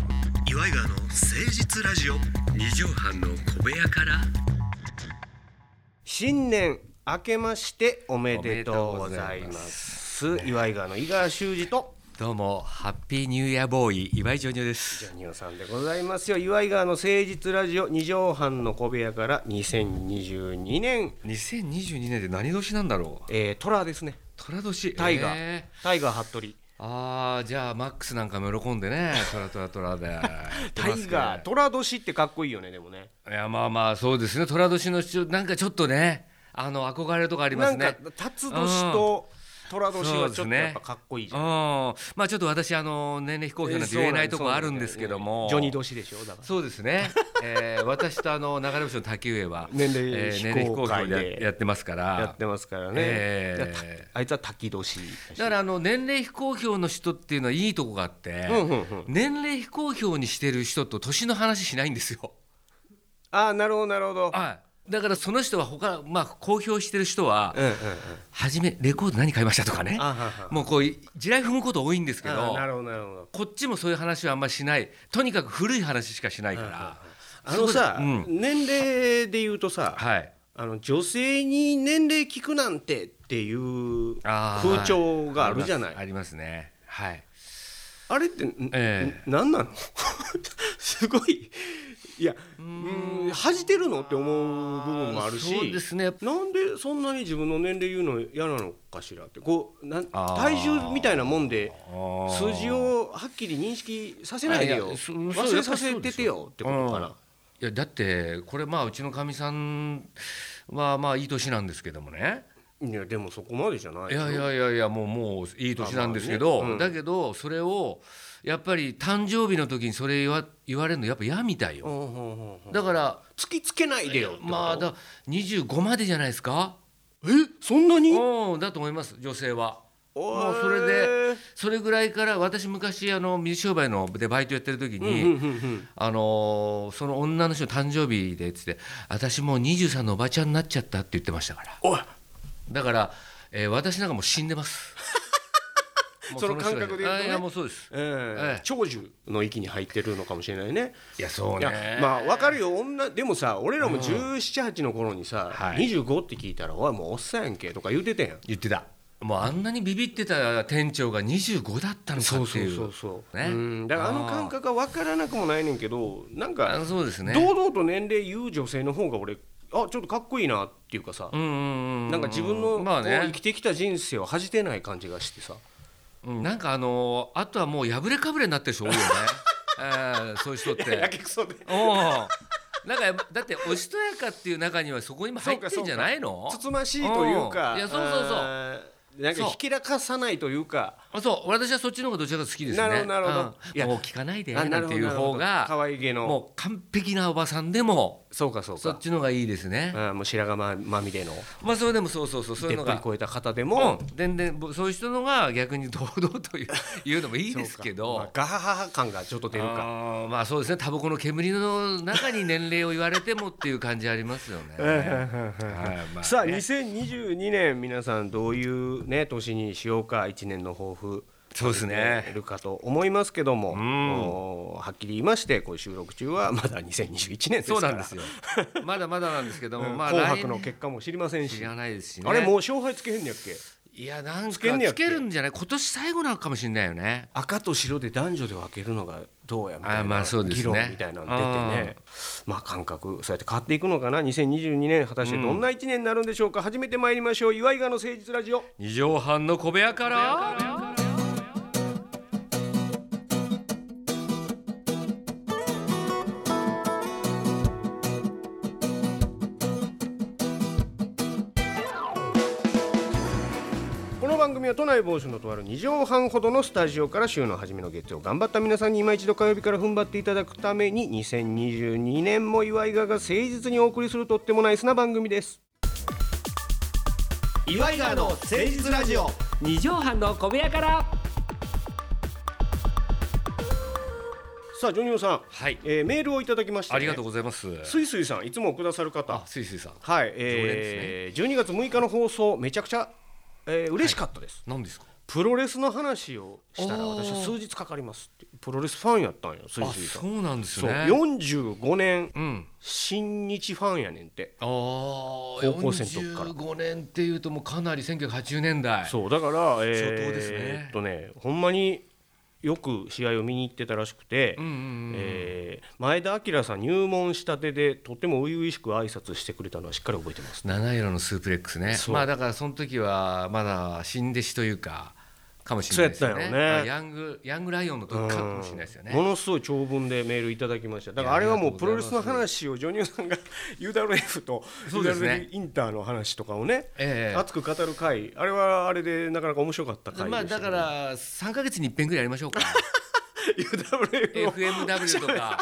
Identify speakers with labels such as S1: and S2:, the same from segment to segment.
S1: イガーの誠実ラジオ
S2: 二畳半の小部屋から
S3: 新年明けましておめでとうございます岩井川の井川修司と
S2: どうもハッピーニューイヤーボーイ岩井ジョニオです
S3: ジャニオさんでございますよ岩井川の誠実ラジオ二畳半の小部屋から2022年
S2: 2022年って何年なんだろう
S3: えー、虎ですね
S2: 虎年
S3: タイガー、
S2: え
S3: タイガー服部
S2: ーあーじゃあマックスなんかも喜んでねトラトラトラ で
S3: タイガー虎年ってかっこいいよねでもね
S2: ーいやまあまあそうですね虎年の主張なんかちょっとねあの憧れるとかありま
S3: な
S2: す
S3: んか
S2: ね
S3: 辰年と虎年はちょっとやっぱかっこいいじ
S2: うん
S3: ゃん、
S2: まあちょっと私あの年齢非公表なんて言えないとこあるんですけども
S3: ジョニー年でしょだから
S2: そうです ね、えー、私とあの流れ星の滝上は
S3: 年齢非公
S2: 年齢
S3: 開で
S2: 非公表でやってますから
S3: やってますからね、
S2: えー
S3: いやたあいつは滝年
S2: だからあの年齢非公表の人っていうのはいいとこがあって、
S3: うんうんうん
S2: 年齢非公表にしてる人と年の話しないんです よ。
S3: ああなるほどなるほど
S2: はい、だからその人は他、まあ、公表してる人は、
S3: うんうん
S2: 初めレコード何買いましたとかね
S3: あはは
S2: もうこうい地雷踏むこと多いんですけ
S3: うんあ
S2: ど
S3: ーなるほどなるほど
S2: こっちもそういう話はあんましないとにかく古い話しかしないから。
S3: あのさ、
S2: そうだうん
S3: 年齢で言うとさ
S2: はい
S3: あの女性に年齢聞くなんてっていう
S2: あー
S3: 風潮があるじゃない
S2: はいありますありますね。はい。
S3: あれって、ん
S2: え
S3: んなんなの すごいいやうん恥じてるのって思う部分もあるし
S2: そうですね。
S3: なんでそんなに自分の年齢言うの嫌なのかしらってこうなん
S2: あー
S3: 体重みたいなもんで数字
S2: を
S3: をはっきり認識させないで
S2: あい
S3: よ
S2: やそ
S3: 忘れさせててよってことか
S2: うん
S3: ない
S2: やだってこれまあうちのかみさんはまあいい年なんですけどもね
S3: いやでもそこまでじゃない
S2: いやいやいやいやもうもういい年なんですけ
S3: あ
S2: ど、
S3: まあねうん
S2: だけどそれをやっぱり誕生日の時にそれ言わ言われるのやっぱ嫌みたいよ、
S3: ほうほうほうほう
S2: だから
S3: 突きつけないでよってこと
S2: まあだ25までじゃないですか
S3: えそんなに
S2: うんだと思います女性は。もうそれでそれぐらいから私昔あの水商売のでバイトやってる時に、あのーその女の人の誕生日でっつって「私もう23のおばちゃんになっちゃった」って言ってましたから
S3: おい
S2: だから、えー私なんかもう死んでますもう
S3: その感覚で言うとね
S2: あいやもうそうです
S3: えー
S2: ええ
S3: 長寿の域に入ってるのかもしれないね。
S2: いやそう
S3: いや
S2: ね
S3: まあわかるよ女でもさ俺らも1718の頃にさ
S2: はい
S3: 25って聞いたら「おいもうおっさんやんけ」とか言うてたやん。
S2: 言ってたもうあんなにビビってた店長が25だったのかっていう
S3: そうそう。
S2: ね
S3: うんだからあの感覚がわからなくもないねんけどなん
S2: あ
S3: か
S2: そうですね
S3: 堂々と年齢言う女性の方が俺あちょっとかっこいいなっていうかさ
S2: うんうんうん
S3: なんか自分の
S2: まあ
S3: こう生
S2: ね
S3: きてきた人生を恥じてない感じがしてさ。
S2: うんなんかあのーあとはもう破れかぶれになってる人多い よね、えーそういう人って
S3: やけくそで
S2: おお。なんかやっぱだっておしとやかっていう中にはそこにも入ってんじゃないの？
S3: つつましいというか、
S2: うんいやそうそうそう
S3: あーなんかひけらかさないというか、
S2: あそう私はそっちの方がどちらかと好きですね。
S3: なるほどなるほどい
S2: うん
S3: や
S2: もう聞かないで
S3: あ
S2: な
S3: なんる
S2: て
S3: ほど
S2: いう方
S3: なるほど可
S2: が
S3: 愛げの
S2: もう完璧なおばさんでも
S3: そうかそう
S2: そっ
S3: か、
S2: ちの方がいいですね。
S3: あーもう白髪ままみれの
S2: まあそれでもそうそうそうそうい
S3: で
S2: うの
S3: っぷり
S2: が。
S3: 超えた方で
S2: う
S3: も、
S2: ん、全然ぼそういう人のが逆に堂々といういうのもいいですけ
S3: そうか ま
S2: ど、
S3: あガハハハ感がちょっと出る
S2: あ
S3: か、
S2: ーまあそうですねタバコの煙の中に年齢を言われてもっていう感じありますよね。はいまあ
S3: さあ
S2: ね
S3: 2022年皆さんどういうね年にしようか1年の抱負
S2: そうですね
S3: いるかと思いますけども、
S2: ん
S3: おーはっきり言いましてこう収録中はまだ2021年です
S2: そ
S3: か
S2: う
S3: ら
S2: なんです よ。まだまだなんですけども、
S3: うん
S2: まあ
S3: 紅白の
S2: 来年
S3: 結果も知りませんし
S2: 知らないですしね。
S3: あれもう勝敗つけへんねやっけ
S2: いやなんかつ
S3: けんねやっけ
S2: けるんじゃない？今年最後なのかもしれないよね。
S3: 赤と白で男女で分けるのがどうやみたいな
S2: あまあそうですね
S3: 議論みたいなの出てねまあ感覚そうやって変わっていくのかな2022年果たしてどんな1年になるんでしょうか、初めて参りましょう岩井川の誠実ラジオ
S2: 二畳半の小部屋から。
S3: この番組は都内某所のとある2畳半ほどのスタジオから週の初めの月曜頑張った皆さんに今一度火曜日から踏ん張っていただくため に2022年も岩井川が誠実にお送りするとってもナイスな番組です岩井川の誠実ラジオ
S4: 二畳半の小部屋から
S3: さあジョニオさん、
S2: はい。
S3: えーメールをいただきましてね、
S2: ありがとうございます。
S3: すいすいさんいつもくださる方
S2: あ、すいすいさん。
S3: はい、えー12月6日の放送めちゃくちゃ、えー嬉しかったです、
S2: 何ですか？
S3: プロレスの話をしたら
S2: おー
S3: 私は数日かかりますってプロレスファンやったんよスイ
S2: あ
S3: スイさん
S2: そうなんです
S3: そう
S2: ね
S3: 45年
S2: うん
S3: 新日ファンやねんって
S2: あ高
S3: 高校生の時から
S2: 45年っていうともうかなり1980年代
S3: そうだからえー
S2: 初頭ですね
S3: えっとねほんまによく試合を見に行ってたらしくて、
S2: うんうんうん
S3: えー前田明さん入門したてでとても初々しく挨拶してくれたのはしっかり覚えてます
S2: 七色のスープレックスね
S3: そう
S2: まあだからその時はまだ新弟子というかかもしれないですよね
S3: そうやったよね
S2: あヤングヤングライオンの時かもしれないですよね
S3: うんものすごい長文でメールいただきましただからあれはも
S2: いうや
S3: プロレスの話をジョニオさんが UWF と
S2: そうですね
S3: UWF インターの話とかをね
S2: ええ
S3: 熱く語る回あれはあれでなかなか面白かった回
S2: まあ
S3: でした
S2: だか
S3: けど
S2: ら3か月に一遍ぐらいやりましょう か
S3: UWF を
S2: FMW とか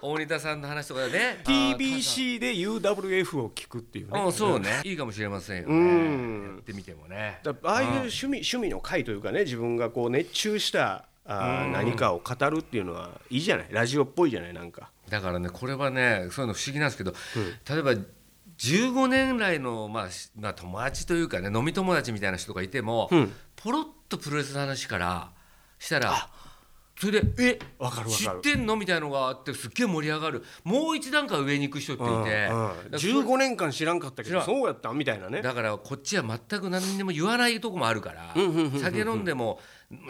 S2: 大仁田さんの話とかね
S3: TBC で UWF を聞くっていうね
S2: あうんそうねいいかもしれませんよね
S3: うん
S2: やってみてもね
S3: だああいう趣味趣味の会というかね自分がこう熱中したあー何かを語るっていうのはいいじゃないラジオっぽいじゃないなんか
S2: だからねこれはねそういうの不思議なんですけど、例えば15年来の、まあしまあ、友達というかね飲み友達みたいな人がいても、
S3: うん
S2: ポロッとプロレスの話からしたらそれで「え
S3: わかるわ
S2: 知
S3: かる
S2: ってんの?」みたいのがあってすっげえ盛り上がるもう一段階上に行く人っていて、
S3: うんうん
S2: だからそれ
S3: 15年間知らんかったけ
S2: 知
S3: ど
S2: らん
S3: そうやったみたいなね
S2: だからこっちは全く何にも言わないとこもあるから
S3: んうんうんうんうん
S2: 酒飲んでも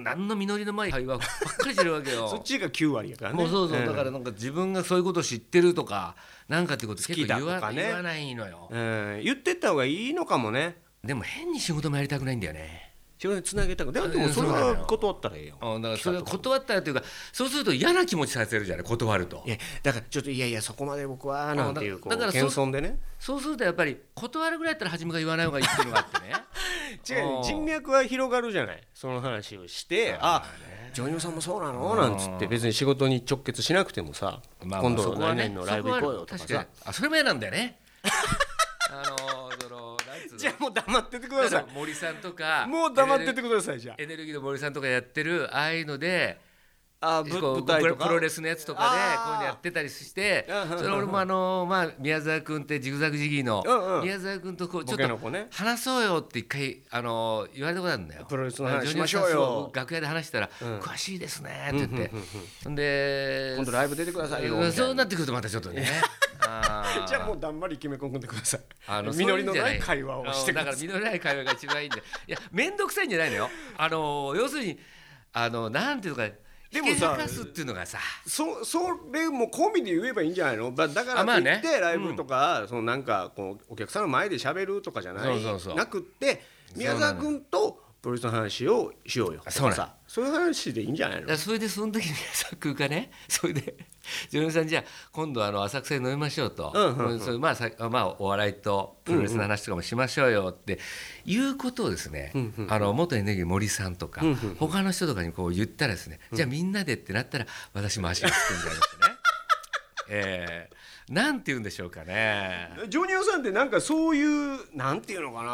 S2: 何の実りのない会話ばっかりしてるわけ よ。
S3: そっちが9割やからね
S2: もうそうそう、
S3: ん
S2: だからなんか自分がそういうこと知ってるとかなんかってこと結
S3: 好きだ
S2: 構
S3: と
S2: 言わ,、
S3: かね
S2: 言わないのよ
S3: うん言ってった方がいいのかもね
S2: でも変に仕事もやりたくないんだよね
S3: 仕事につなげたくでもで
S2: う
S3: も
S2: ん
S3: それ
S2: そうなの
S3: は
S2: よ
S3: 断ったらええよ
S2: うんだからそれは断ったらというかそうすると嫌な気持ちさせるじゃない断ると
S3: いやだからちょっといやいやそこまで僕はなんていうこう
S2: だから
S3: 謙遜でね
S2: そうするとやっぱり断るぐらいだったら初めから言わない方がいいっていうのがあってね
S3: 違う
S2: うん
S3: 人脈は広がるじゃないその話をしてあジョニオさんもそうなのなんつって別に仕事に直結しなくてもさ
S2: まあまあ
S3: 今
S2: そ
S3: 度
S2: こは
S3: 何
S2: ね
S3: 々のライブ行こうよとか
S2: そこは
S3: さ
S2: 確にあそれも嫌なんだよね あのそのなんつうの
S3: じゃあもう黙っててくだ
S2: だか
S3: さ
S2: ら森さんとか
S3: いもう黙っててくださいじゃ
S2: エネルギーの森さんとかやってるああいうので
S3: ああぶ
S2: こう
S3: 舞台とか
S2: プロレスのやつとかで
S3: あー
S2: こういうのやってたりして
S3: うんうんうん
S2: それ俺もあのまあ宮沢君ってジグザグジギー
S3: うんう
S2: の
S3: ん
S2: 宮沢君とこうちょっ
S3: ボケの子
S2: と
S3: ね
S2: 話そうよって一回あの言われたことあるんだよ
S3: プロレスの話しましょうよ
S2: ジョニオさんそう楽屋で話したら
S3: ん
S2: 詳しいですねって言ってほんで
S3: 今度ライブ出てくださいよみたいな
S2: そうなってくるとまたちょっとねあー
S3: じゃあもうだんまり決め込んでください
S2: あの
S3: 実りの
S2: そう
S3: な
S2: うん
S3: い
S2: じゃ
S3: 会話をして
S2: うん
S3: くだ
S2: だ
S3: さ
S2: か
S3: い
S2: ら実りのない会話が一番いいんでいや面倒くさいんじゃないのよあの要するにあのなんていうのか
S3: で
S2: で
S3: も
S2: も
S3: さ
S2: さかすっていうのがさ
S3: そそれも込みで言えばいいんじゃないのだだから
S2: あま
S3: と
S2: あ
S3: いっ
S2: ね
S3: てライブとか、そのなんかこうお客さんの前で喋るとかじゃない
S2: そうそうそう
S3: なくって宮沢君とプロレスの話をしようよとか
S2: そうなの
S3: さそういう話でいいんじゃない
S2: だ
S3: の
S2: からそれでその時に宮沢君がね それで「ジョニオさんじゃあ今度あの浅草で飲みましょうと」
S3: うんうんうん
S2: それまあさまあ、お笑いとプロレスの話とかもしましょうよっていうことをですね、あの元エネルギー森さんとか、他の人とかにこう言ったらですね、じゃあみんなでってなったら私も足がつくんじゃないです ね。えー、なんて言うんでしょうかね。
S3: ジョニオさんってなんかそういうなんていうのかな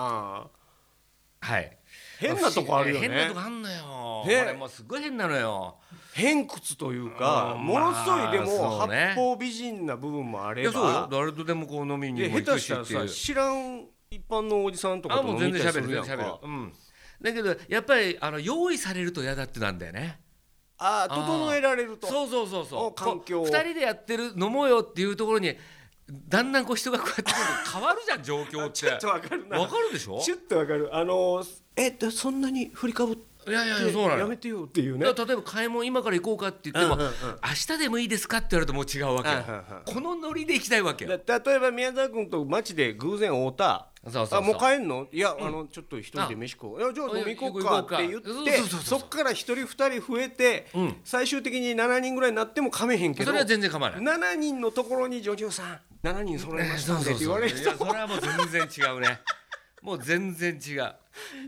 S2: はい。
S3: 変なとこあるよね
S2: 変なとこあんのよ。
S3: ね
S2: 俺もうすごい変なのよ。
S3: 偏屈というか
S2: うん
S3: ものすごいでも
S2: まあそうね
S3: 八方美人な部分もあ
S2: い
S3: れ
S2: やそうよ
S3: ば。
S2: 誰とでもこう飲みに
S3: で
S2: も行
S3: 下
S2: く
S3: 手し
S2: したっ
S3: ら
S2: ていう
S3: さ。知らん一般のおじさんとか
S2: あ
S3: と
S2: もう
S3: 飲み
S2: 全然
S3: に行った
S2: 喋
S3: り
S2: る
S3: す
S2: 全
S3: る
S2: 然
S3: やん
S2: 喋る
S3: か。
S2: うん。だけどやっぱりあの用意されると嫌だってなんだよね。
S3: ああ整えられると
S2: そうそうそうそ
S3: お
S2: う。
S3: 環境を
S2: こう二人でやってる飲もうよっていうところにだんだんこう人がこうやってくる と変わるじゃん状況って。
S3: ちょっとわかるな
S2: わかるでしょ。
S3: シュッとわかるあのーえだそんなに振りかぶって
S2: いやいやいやそうなのよ
S3: やめてよっていうね
S2: だから例えば買い物今から行こうかって言っても、
S3: うんうんうん
S2: 明日でもいいですかって言われるともう違うわけよ、
S3: うんうんうん
S2: このノリで行きたいわけよ
S3: だ例えば宮沢君と街で偶然会うた
S2: そうそうそう
S3: あもう帰んのいや、あのちょっと一人で飯食おういやじゃあ飲み行こうか
S2: 行こうか
S3: って言って
S2: そうそうそうそう
S3: そっから一人二人増えて、
S2: ん
S3: 最終的に7人ぐらいになってもかめへんけど
S2: それは全然構わない
S3: 7人のところに「ジョジョさん7人揃いましたね」って言われる
S2: い
S3: 人
S2: やそれはもう全然違う ねもう全然違う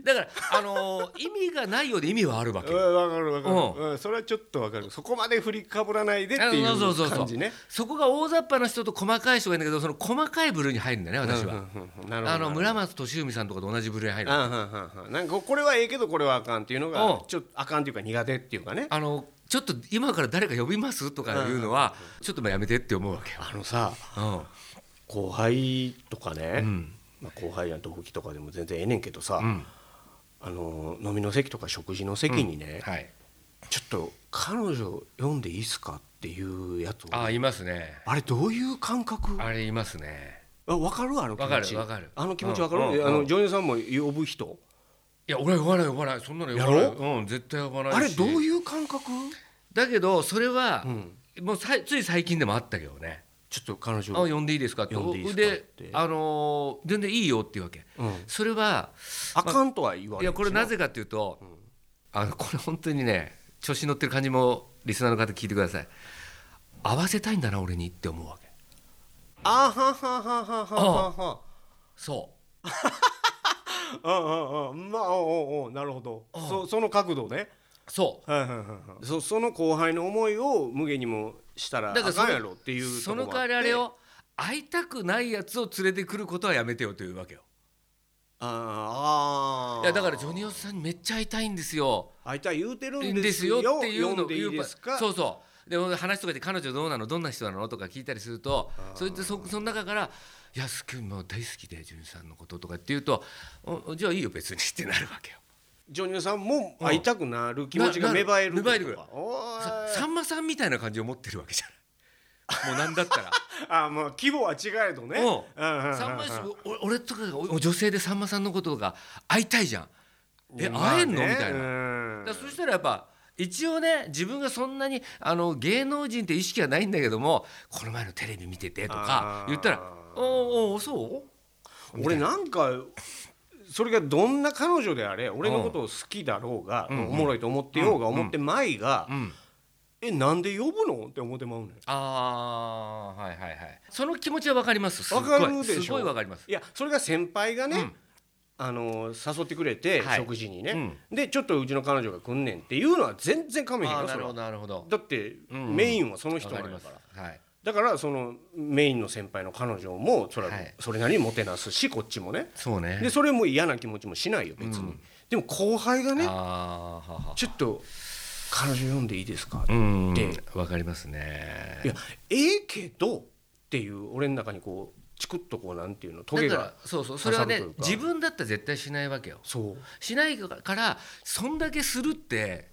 S2: だからあのー意味がないようで意味はあるわけ
S3: うん
S2: よ
S3: わかるわかる、
S2: う
S3: うんそれはちょっとわかるそこまで振りかぶらないでってい
S2: あそう
S3: う
S2: そうそうそ
S3: 感
S2: う
S3: じね
S2: そこが大雑把な人と細かい人がいるんだけどその細かい部類に入るんだよね私は、
S3: うんうんうんなるほど
S2: あの村松敏文さんとかと同じ部類に入る
S3: あんはんはんはんなんかこれはええけどこれはあかんっていうのが
S2: うん
S3: ちょっとあかんっていうか苦手っていうかね
S2: あのちょっと今から誰か呼びますとかいうのはちょっとまあやめてって思うわけよ、
S3: あのさ
S2: うん
S3: 後輩とかね、まあ、後輩や同期とかでも全然ええねんけどさ、
S2: ん
S3: あの飲みの席とか食事の席にね、
S2: はい、
S3: ちょっと彼女読んでいいっすかっていうやつを
S2: あ
S3: あ
S2: あいますね
S3: れどういう感覚
S2: あれいますね
S3: あ分かるあの気持ち
S2: わかるわかる
S3: あの気持ち分か
S2: うんうんう
S3: る
S2: ん
S3: あの女優さんも呼ぶ人
S2: いや俺は呼ばない呼ばないそんなの呼ばない
S3: や
S2: うん絶対呼ばないし
S3: あれどういう感覚
S2: だけどそれは、
S3: ん
S2: もうさいつい最近でもあったけどね
S3: ちょっと
S2: 「
S3: 彼
S2: あ
S3: 女
S2: 呼んでいいですか?」って
S3: 呼んでいいですかって
S2: であのー全然いいよ」っていうわけ
S3: うん
S2: それは
S3: あかんとは言わない
S2: いやこれなぜかっていうと、あのこれ本当にね調子に乗ってる感じもリスナーの方聞いてください合わせたいんだな俺にって思うわけ
S3: あはははははは
S2: そ
S3: うんうんうんまあおうおうおうなるほどそその角度ね
S2: うそう
S3: はいはいはいはいそその後輩の思いを無限にもしたらあ
S2: だからそ
S3: かん
S2: の
S3: やろっていう
S2: その
S3: とこ
S2: 代
S3: が
S2: わ
S3: って
S2: りあれを会いたくないやつを連れてくることはやめてよというわけよ
S3: あー
S2: いやだからジョニオさんにめっちゃ会いたいんですよ
S3: あいたい言うてる
S2: いい
S3: ん
S2: ん
S3: で
S2: ですす
S3: よ
S2: よっていうの
S3: 読んでいいですか
S2: そうそうで俺話とかで彼女どうなのどんな人なのとか聞いたりするとそれってそその中から「いやすっごいもう大好きでジュニさんのこと」とかって言うと「おじゃあいいよ別に」ってなるわけよ。
S3: ジョニオさんも会いたくなる気持ち
S2: なな
S3: が芽
S2: る
S3: 生える
S2: 芽生えてくる
S3: おー
S2: ささんまさんみたいな感じを持ってるわけじゃない。もうなんだったら
S3: あまあ規模は違えど ね
S2: う
S3: うんうんうんうん
S2: さんまさんお俺とかがお女性でさんまさんのことが会いたいじゃん。え
S3: まあ
S2: 会えんのみ
S3: ね
S2: たいな。
S3: うん
S2: だからそしたらやっぱ一応ね自分がそんなにあの芸能人って意識はないんだけどもこの前のテレビ見ててと
S3: あ
S2: か
S3: ー
S2: 言ったら「おーおーそう?
S3: 俺なんかそれがどんな彼女であれ俺のことを好きだろうが、
S2: ん
S3: おもろいと思ってようが
S2: うん
S3: 思ってまいが、」
S2: うん、
S3: えなんで呼ぶのって思ってまうねん
S2: あーはいはいはいその気持ちは分かりますすっごい
S3: わかるでしょ
S2: すごい分かります
S3: いやそれが先輩がね、
S2: うん
S3: あの誘ってくれて、
S2: はい
S3: 食事にね、でちょっとうちの彼女が来んねんっていうのは全然かめへん
S2: あ
S3: よ
S2: ー
S3: そ
S2: な
S3: れ
S2: る
S3: は
S2: ほどなるほど
S3: だって、
S2: うんうん
S3: メインはその人
S2: 分
S3: な
S2: か
S3: ん
S2: りま
S3: や
S2: す
S3: から
S2: はい
S3: だからそのメインの先輩の彼女もそれは
S2: はい
S3: それなりにもてなすしこっちもね
S2: そうね
S3: でそれも嫌な気持ちもしないよ別に、でも後輩がね
S2: あーはは
S3: ちょっと彼女読んでいいですか、
S2: う
S3: い
S2: ん
S3: で
S2: 分かりますね
S3: やええけどっていう俺の中にこうチクッとこうなんていうのトゲ
S2: だか
S3: が
S2: らそうそうそれはね
S3: 刺さるというか
S2: 自分だったら絶対しないわけよ
S3: そう
S2: しないからそんだけするって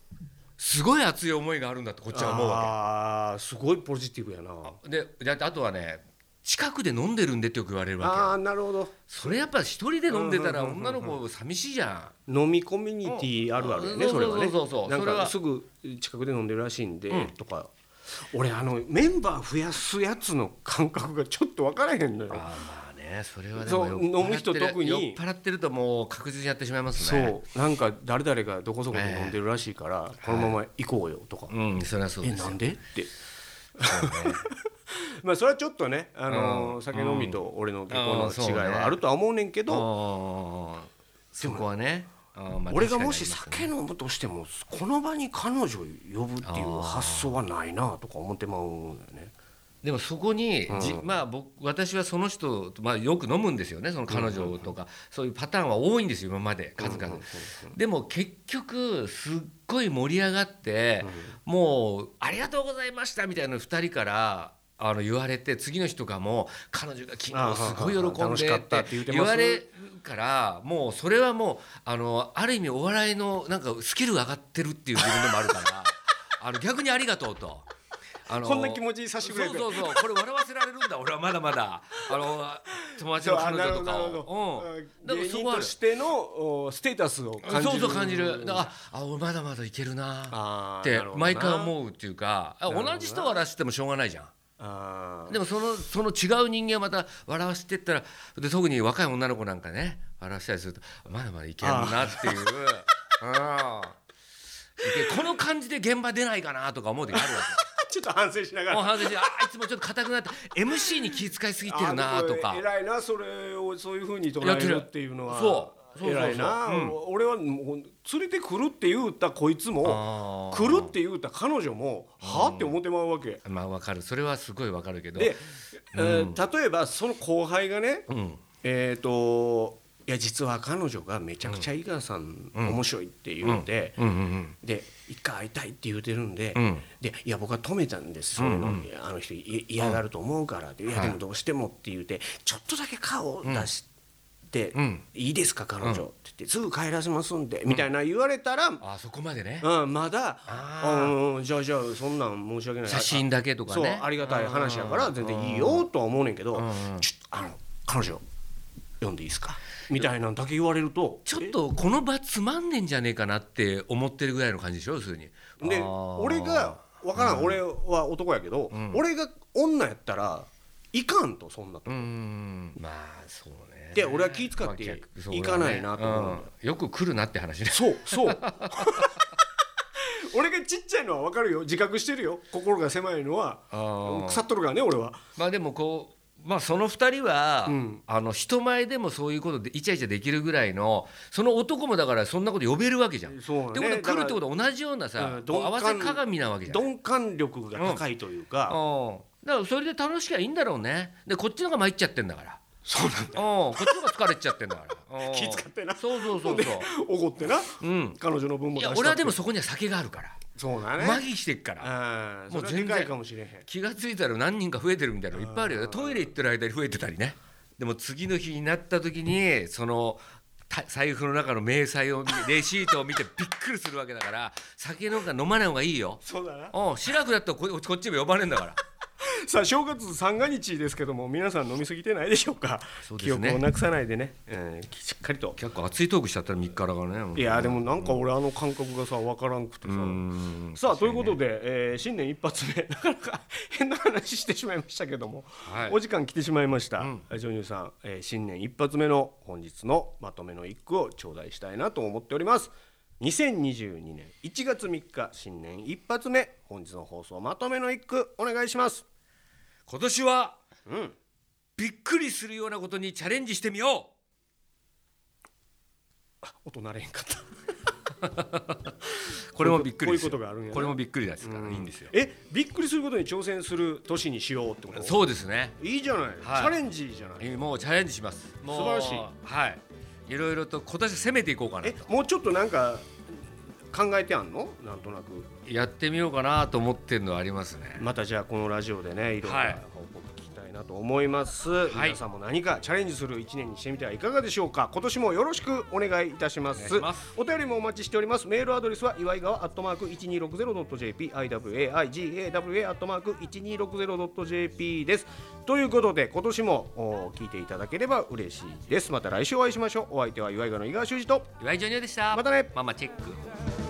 S2: すごい熱い思いがあるんだってこっちは思うわ
S3: あーすごいポジティブやな
S2: けでだってあとはね近くで飲んでるんでってよく言われるわ
S3: あ
S2: け
S3: ーなるほど
S2: それやっぱ一人で飲んでたら
S3: うんうんうん
S2: 女の子寂しいじゃ
S3: 飲みコミュニティあるあるやね
S2: うん
S3: それは
S2: そ
S3: ね
S2: うそうそうそう
S3: なん
S2: それ
S3: か
S2: は
S3: すぐ近くで飲んでるらしいんで、
S2: うん
S3: とか俺あのメンバー増やすやつの感覚がちょっと分からへんのよ
S2: んあーまあねそれはで
S3: そ
S2: も
S3: う
S2: 酔っ払ってる
S3: 飲む人特に
S2: 酔っ払ってるともう確実にやってしまいます
S3: そ
S2: ね
S3: うなんか誰々がどこそこで飲んでるらしいから、このまま行こうよとか、
S2: うんそれはそう
S3: え
S2: です
S3: な
S2: よ
S3: んでって
S2: そうね
S3: まあそれはちょっとね、あのー
S2: うん
S3: 酒飲みと俺の結
S2: う
S3: 婚
S2: んそう
S3: の違
S2: ね
S3: いはあるとは思うねんけ
S2: うんう
S3: ど、
S2: んうんそこはねうんまあ
S3: 俺がもし
S2: 確かにあります
S3: 酒飲むとしてもこの場に彼女呼ぶっていう発想はないなとか思ってまうんだよね。
S2: でもそこに、じ
S3: うん
S2: まあ、僕私はその人と、まあ、よく飲むんですよねその彼女とか、そういうパターンは多いんですよ今まで数々、
S3: うんうんうん
S2: でも結局すっごい盛り上がって、もう「ありがとうございました」みたいな2人から。あの言われて次の日とかも彼女が昨日すごい喜んで
S3: あー楽しかった
S2: っ
S3: って言うて
S2: て
S3: ます
S2: 言われるからもうそれはもうあのある意味お笑いのなんかスキルが上がってるっていう自分でもあるから あの逆にありがとうと。あの
S3: こんな気持ちにさせてくれる
S2: そうそうそうこれ笑わせられるんだ俺はまだまだあの友達の彼女とかをうんだから
S3: 芸
S2: そ
S3: 人
S2: こはあ
S3: と
S2: る
S3: してのおステータスを感じ
S2: そう
S3: る。
S2: そう感じるだからああ俺まだまだいけるな
S3: あー
S2: って
S3: なるほどな
S2: 毎回思うっていうかあ
S3: るほどな
S2: 同じ人を笑わせてもしょうがないじゃん
S3: あー
S2: でもそのその違う人間をまた笑わせてったらで特に若い女の子なんかね笑わせたりするとまだまだいけるなっていう。うんでこの感じで現場出ないかなとか思う時あるわけ
S3: ちょっと反省しなが
S2: もう
S3: ら。
S2: 反省してあいつもちょっと硬くなって MC に気遣いすぎてるなと
S3: あ
S2: か
S3: ーでも偉いなそれをそういうふうに捉
S2: やっ
S3: え
S2: て
S3: る
S2: る
S3: っていうのは
S2: そうそうそうそう
S3: 偉いな、
S2: うん
S3: 俺はもう連れてくるって言うたこいつも
S2: あー
S3: 来るって言うた彼女もはあって思ってまうわけ
S2: まあわかるそれはすごいわかるけど
S3: で、えー例えばその後輩がね、
S2: うん
S3: えっ、といや実は彼女がめちゃくちゃ井川さん面白いって言うんで、
S2: うんうん
S3: で一回会いたいって言うてるんで、
S2: うん
S3: でいや僕は止めたんですそういうの、あの人い嫌がると思うからって、いやでもどうしてもって言うてちょっとだけ顔を出しって
S2: うん
S3: 「いいですか彼女」って言って「すぐ帰らせますんで」みたいな言われたら、
S2: あそこまでね
S3: うん、まだ
S2: あ
S3: 「うんじゃあじゃあそんなん申し訳ない」
S2: 写真だけとかね
S3: そうありがたい話やから全然いいよとは思うねんけど「ちょっとあの彼女読んでいいですか?」みたいなんだけ言われると
S2: ちょっとこの場つまんねえんじゃねえかなって思ってるぐらいの感じでしょ要するに
S3: で
S2: あー
S3: 俺が分からん、俺は男やけど、俺が女やったらいかんとそんなと、
S2: うんうんうんまあそうね
S3: で俺は気遣って
S2: まあ逆そう
S3: いかないなと思う
S2: だねうんよく来るなって話ね
S3: そうそう 俺がちっちゃいのは分かるよ自覚してるよ心が狭いのは
S2: あー
S3: 腐っとるからね俺は
S2: まあでもこうまあその二人は、
S3: うん
S2: あの人前でもそういうことでイチャイチャできるぐらいのその男もだからそんなこと呼べるわけじゃん。
S3: そう
S2: っ
S3: ね
S2: てことは
S3: だか
S2: 来
S3: ら
S2: るってことは同じようなさ
S3: うん、
S2: こう合わせ
S3: 鈍感
S2: 鏡なわけじゃん。うん
S3: 鈍感力が高いというか、
S2: だからそれで楽しきゃいいんだろうね。でこっちの方が参っちゃってんだから。
S3: そうなんだ
S2: うんこっちの方が疲れちゃってんだ から。うん
S3: 気遣ってな
S2: そうそうそう そう。
S3: 怒ってな
S2: うん。
S3: 彼女の分も
S2: い
S3: 出した
S2: や
S3: って
S2: 俺はでもそこには酒があるから。
S3: そうだね
S2: 麻痺してっから。
S3: あー
S2: も
S3: そうれは
S2: 全然
S3: でかいかもしれへん
S2: 気が付いたら何人か増えてるみたいなのいっぱいあるよトイレ行ってる間に増えてたりねでも次の日になった時にそのた財布の中の明細を見てレシートを見てびっくりするわけだから酒なんか飲まない方がいいよ
S3: そうだな
S2: うんシラフだったらここっちも呼ばれんだから
S3: さあ正月三が日ですけども皆さん飲み過ぎてないでしょうか
S2: そうで
S3: 記
S2: す
S3: 憶
S2: ね
S3: をなくさないでね、うん、しっかりと
S2: 結構熱いトークしちゃったら3日からね
S3: いやーでもなんか俺あの感覚がさ分からんくてさ
S2: うん
S3: さあということで、えー新年一発目な かなか変な話してしまいましたけども、
S2: はい
S3: お時間来てしまいました、
S2: ん
S3: ジョニューさん、えー新年一発目の本日のまとめの一句を頂戴したいなと思っております2022年1月3日新年一発目本日の放送まとめの一句お願いします
S2: 今年は
S3: うん
S2: びっくりするようなことにチャレンジしてみよ
S3: 音慣れへんかった
S2: うこれもびっくりですよ
S3: こういうことがあるんやね
S2: これもびっくりですからいいんですよ
S3: えびっくりすることに挑戦する年にしようってこと
S2: そうですね
S3: いいじゃない、
S2: はい
S3: チャレンジじゃない
S2: もうチャレンジします。もう
S3: 素晴らしい
S2: はい。いろいろと今年攻めていこうかな
S3: え
S2: と。
S3: もうちょっとなんか考えてあんのなんとなく
S2: やってみようかなと思ってるのはありますね。
S3: またじゃあこのラジオでねいろんな
S2: はい
S3: 報告聞きたいなと思います、
S2: い
S3: 皆さんも何かチャレンジする一年にしてみてはいかがでしょうか今年もよろしくお願いいたします
S2: お願いします
S3: お便りもお待ちしておりますメールアドレスは祝いがわ 1260.jp iwaigawa アットマーク 1260.jp ですということで今年もお聞いていただければ嬉しいですまた来週お会いしましょうお相手は祝いがの井川修司と
S2: 岩井ジョニオでした。
S3: またね
S2: ママチェック。
S5: 「